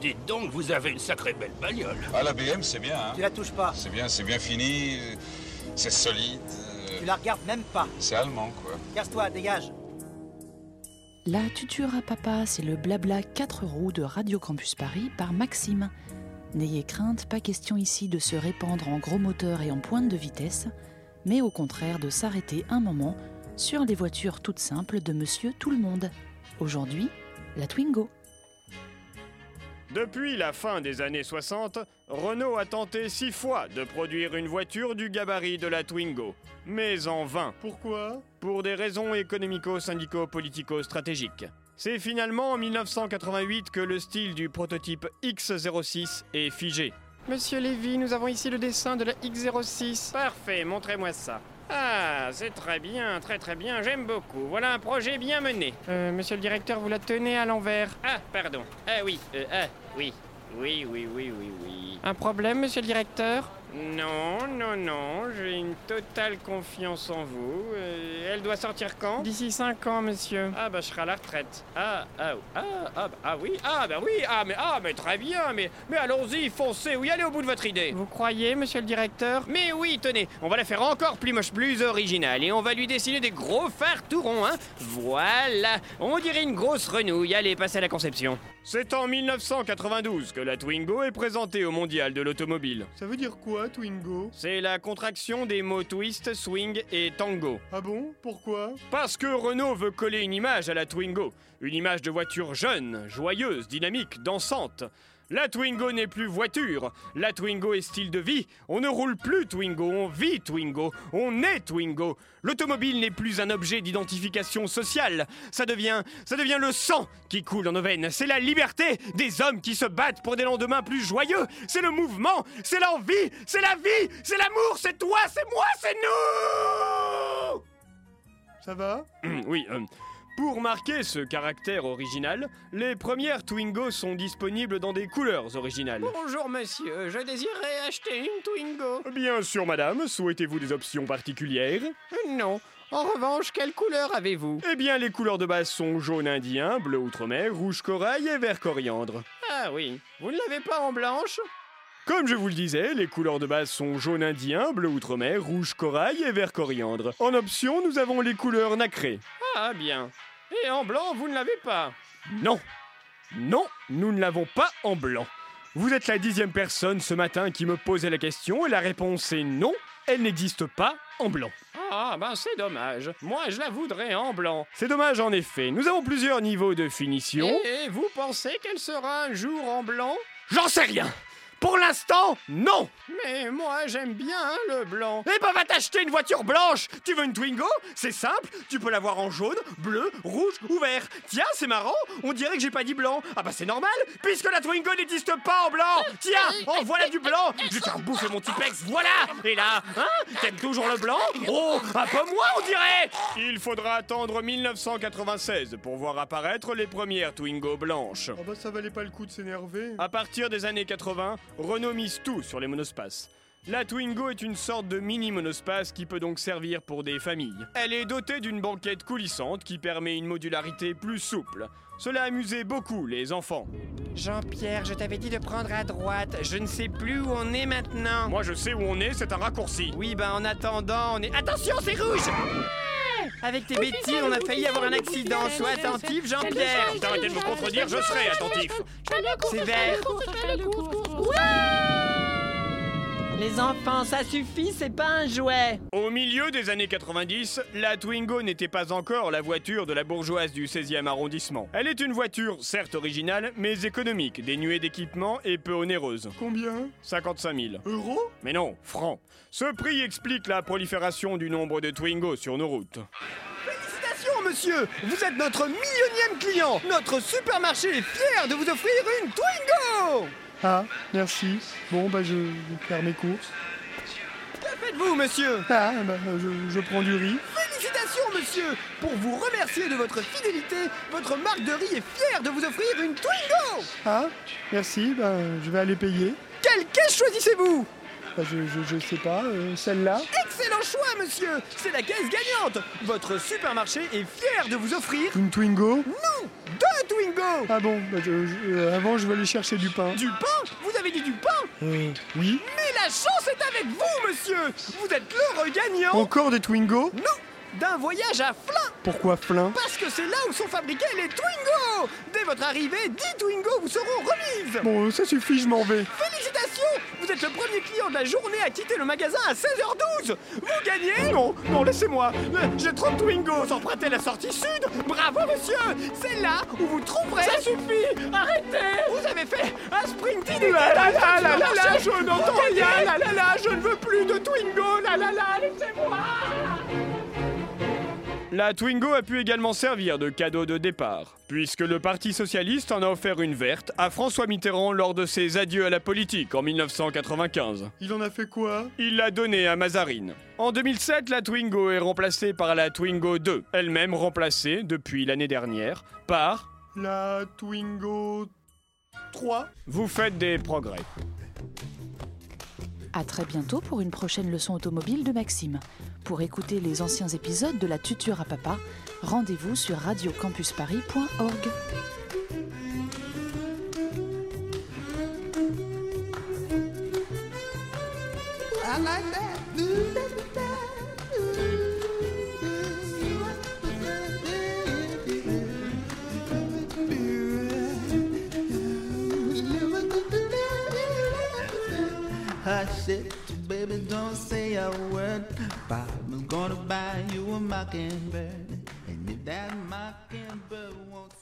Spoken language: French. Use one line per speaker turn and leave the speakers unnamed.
Dites donc, vous avez une sacrée belle bagnole.
Ah, la BM, c'est bien, hein
Tu la touches pas.
C'est bien, c'est bien fini, euh, c'est solide, euh,
Tu la regardes même pas.
c'est allemand, quoi.
Casse-toi, dégage.
La tuture à papa, c'est le blabla 4 roues de Radio Campus Paris par Maxime. N'ayez crainte, pas question ici de se répandre en gros moteur et en pointe de vitesse, mais au contraire de s'arrêter un moment sur les voitures toutes simples de Monsieur Tout le Monde. Aujourd'hui, la Twingo.
Depuis la fin des années 60, Renault a tenté six fois de produire une voiture du gabarit de la Twingo, mais en vain. Pourquoi Pour des raisons économico-syndico-politico-stratégiques. C'est finalement en 1988 que le style du prototype X06 est figé.
Monsieur Lévy, nous avons ici le dessin de la X06.
Parfait, montrez-moi ça. Ah, c'est très bien, très très bien, j'aime beaucoup. Voilà un projet bien mené.
Euh, monsieur le directeur, vous la tenez à l'envers.
Ah, pardon. Ah oui, euh, ah, oui. Oui, oui, oui, oui, oui.
Un problème, monsieur le directeur
Non, non, non, j'ai une totale confiance en vous. Euh, elle doit sortir quand
D'ici 5 ans, monsieur.
Ah bah je serai à la retraite. Ah, ah, ah, ah, bah, ah oui, ah bah oui, ah mais, ah, mais très bien, mais, mais allons-y, foncez, oui, allez au bout de votre idée.
Vous croyez, monsieur le directeur
Mais oui, tenez, on va la faire encore plus moche, plus originale, et on va lui dessiner des gros phares tout ronds, hein Voilà On dirait une grosse renouille, allez, passez à la conception. C'est en 1992 que la Twingo est présentée au Mondial de l'Automobile.
Ça veut dire quoi, Twingo
C'est la contraction des mots twist, swing et tango.
Ah bon Pourquoi
Parce que Renault veut coller une image à la Twingo. Une image de voiture jeune, joyeuse, dynamique, dansante. La Twingo n'est plus voiture. La Twingo est style de vie. On ne roule plus Twingo, on vit Twingo, on est Twingo. L'automobile n'est plus un objet d'identification sociale. Ça devient, ça devient le sang qui coule dans nos veines. C'est la liberté des hommes qui se battent pour des lendemains plus joyeux. C'est le mouvement, c'est l'envie, c'est la vie, c'est l'amour, c'est toi, c'est moi, c'est nous
Ça va
Hum, oui. euh, pour marquer ce caractère original, les premières Twingo sont disponibles dans des couleurs originales.
Bonjour, monsieur. Je désirerais acheter une Twingo.
Bien sûr, madame, souhaitez-vous des options particulières
Euh, Non. En revanche, quelle couleur avez-vous
Eh bien, les couleurs de base sont jaune indien, bleu outre-mer, rouge corail et vert coriandre.
Ah oui. Vous ne l'avez pas en blanche
Comme je vous le disais, les couleurs de base sont jaune indien, bleu outre-mer, rouge corail et vert coriandre. En option, nous avons les couleurs nacrées.
Ah bien. Et en blanc, vous ne l'avez pas.
Non Non, nous ne l'avons pas en blanc. Vous êtes la dixième personne ce matin qui me posait la question et la réponse est non, elle n'existe pas en blanc.
Ah ben c'est dommage. Moi, je la voudrais en blanc.
C'est dommage en effet, nous avons plusieurs niveaux de finition.
Et vous pensez qu'elle sera un jour en blanc
J'en sais rien Pour l'instant, non
Mais moi j'aime bien le blanc.
Eh ben va t'acheter une voiture blanche Tu veux une Twingo C'est simple, tu peux l'avoir en jaune, bleu, rouge ou vert. Tiens, c'est marrant, on dirait que j'ai pas dit blanc. Ah bah c'est normal, puisque la Twingo n'existe pas en blanc Tiens, en voilà du blanc Je vais te faire bouffer mon Tipex, voilà Et là, hein T'aimes toujours le blanc Oh, un peu moins on dirait Il faudra attendre 1996 pour voir apparaître les premières Twingo blanches.
bah ça valait pas le coup de s'énerver.
À partir des années 80, Renault mise tout sur les monospaces. La Twingo est une sorte de mini monospace qui peut donc servir pour des familles. Elle est dotée d'une banquette coulissante qui permet une modularité plus souple. Cela amusait beaucoup les enfants.
Jean-Pierre, je t'avais dit de prendre à droite. Je ne sais plus où on est maintenant.
Moi je sais où on est, c'est un raccourci.
Oui, ben en attendant, on est. Attention, c'est rouge Avec tes bêtises, on a failli avoir un accident. Sois attentif, Jean-Pierre.
Si t'arrêtais de me contredire, je serais attentif.
C'est vert. Les enfants, ça suffit, c'est pas un jouet.
Au milieu des années 90, la Twingo n'était pas encore la voiture de la bourgeoise du 16e arrondissement. Elle est une voiture certes originale, mais économique, dénuée d'équipement et peu onéreuse.
Combien
55 000.
Euros
Mais non, francs. Ce prix explique la prolifération du nombre de Twingo sur nos routes. Félicitations, monsieur Vous êtes notre millionième client Notre supermarché est fier de vous offrir une Twingo
Ah, merci. Bon, bah, je vais faire mes courses.
Que faites-vous, monsieur
Ah, bah, euh, je, je prends du riz.
Félicitations, monsieur Pour vous remercier de votre fidélité, votre marque de riz est fière de vous offrir une Twingo
Ah, merci. Bah, je vais aller payer.
Quelle caisse choisissez-vous
Bah, je, je, je sais pas. euh, Celle-là
Excellent
excellent choix, monsieur C'est la caisse gagnante Votre supermarché est fier de vous offrir
Une Twingo
deux Twingo
Ah bon, bah, je- je- euh, avant je vais aller chercher du pain.
Du pain Vous avez dit du pain
Euh, oui
Mais la chance est avec vous, monsieur Vous êtes l'heureux gagnant
Encore des Twingo
Non D'un voyage à Flin
Pourquoi Flin
Parce que c'est là où sont fabriqués les Twingo Dès votre arrivée, 10 Twingo vous seront remises
Bon, euh, ça suffit, je m'en vais.
Félicitations Vous êtes le premier client de la journée à quitter le magasin à 16h12 Vous gagnez Non, non, laissez-moi Euh, J'ai 30 Twingos empruntés à la sortie sud Bravo, monsieur C'est là où vous trouverez... Ça suffit Arrêtez Vous avez fait un sprinting La la la la la la Je n'entends rien La la la Je ne veux plus de Twingo La la la Laissez-moi
La Twingo a pu également servir de cadeau de départ, puisque le Parti Socialiste en a offert une verte à François Mitterrand lors de ses adieux à la politique en 1995.
Il en a fait quoi
Il l'a donnée à Mazarine. En 2007, la Twingo est remplacée par la Twingo 2, elle-même remplacée depuis l'année dernière par...
La Twingo 3
Vous faites des progrès.
À très bientôt pour une prochaine leçon automobile de Maxime. Pour écouter les anciens épisodes de La Tuture à Papa, rendez-vous sur radiocampusparis.org.
Hush it, baby, don't say a word. But I'm gonna buy you a mockingbird. And if that mockingbird won't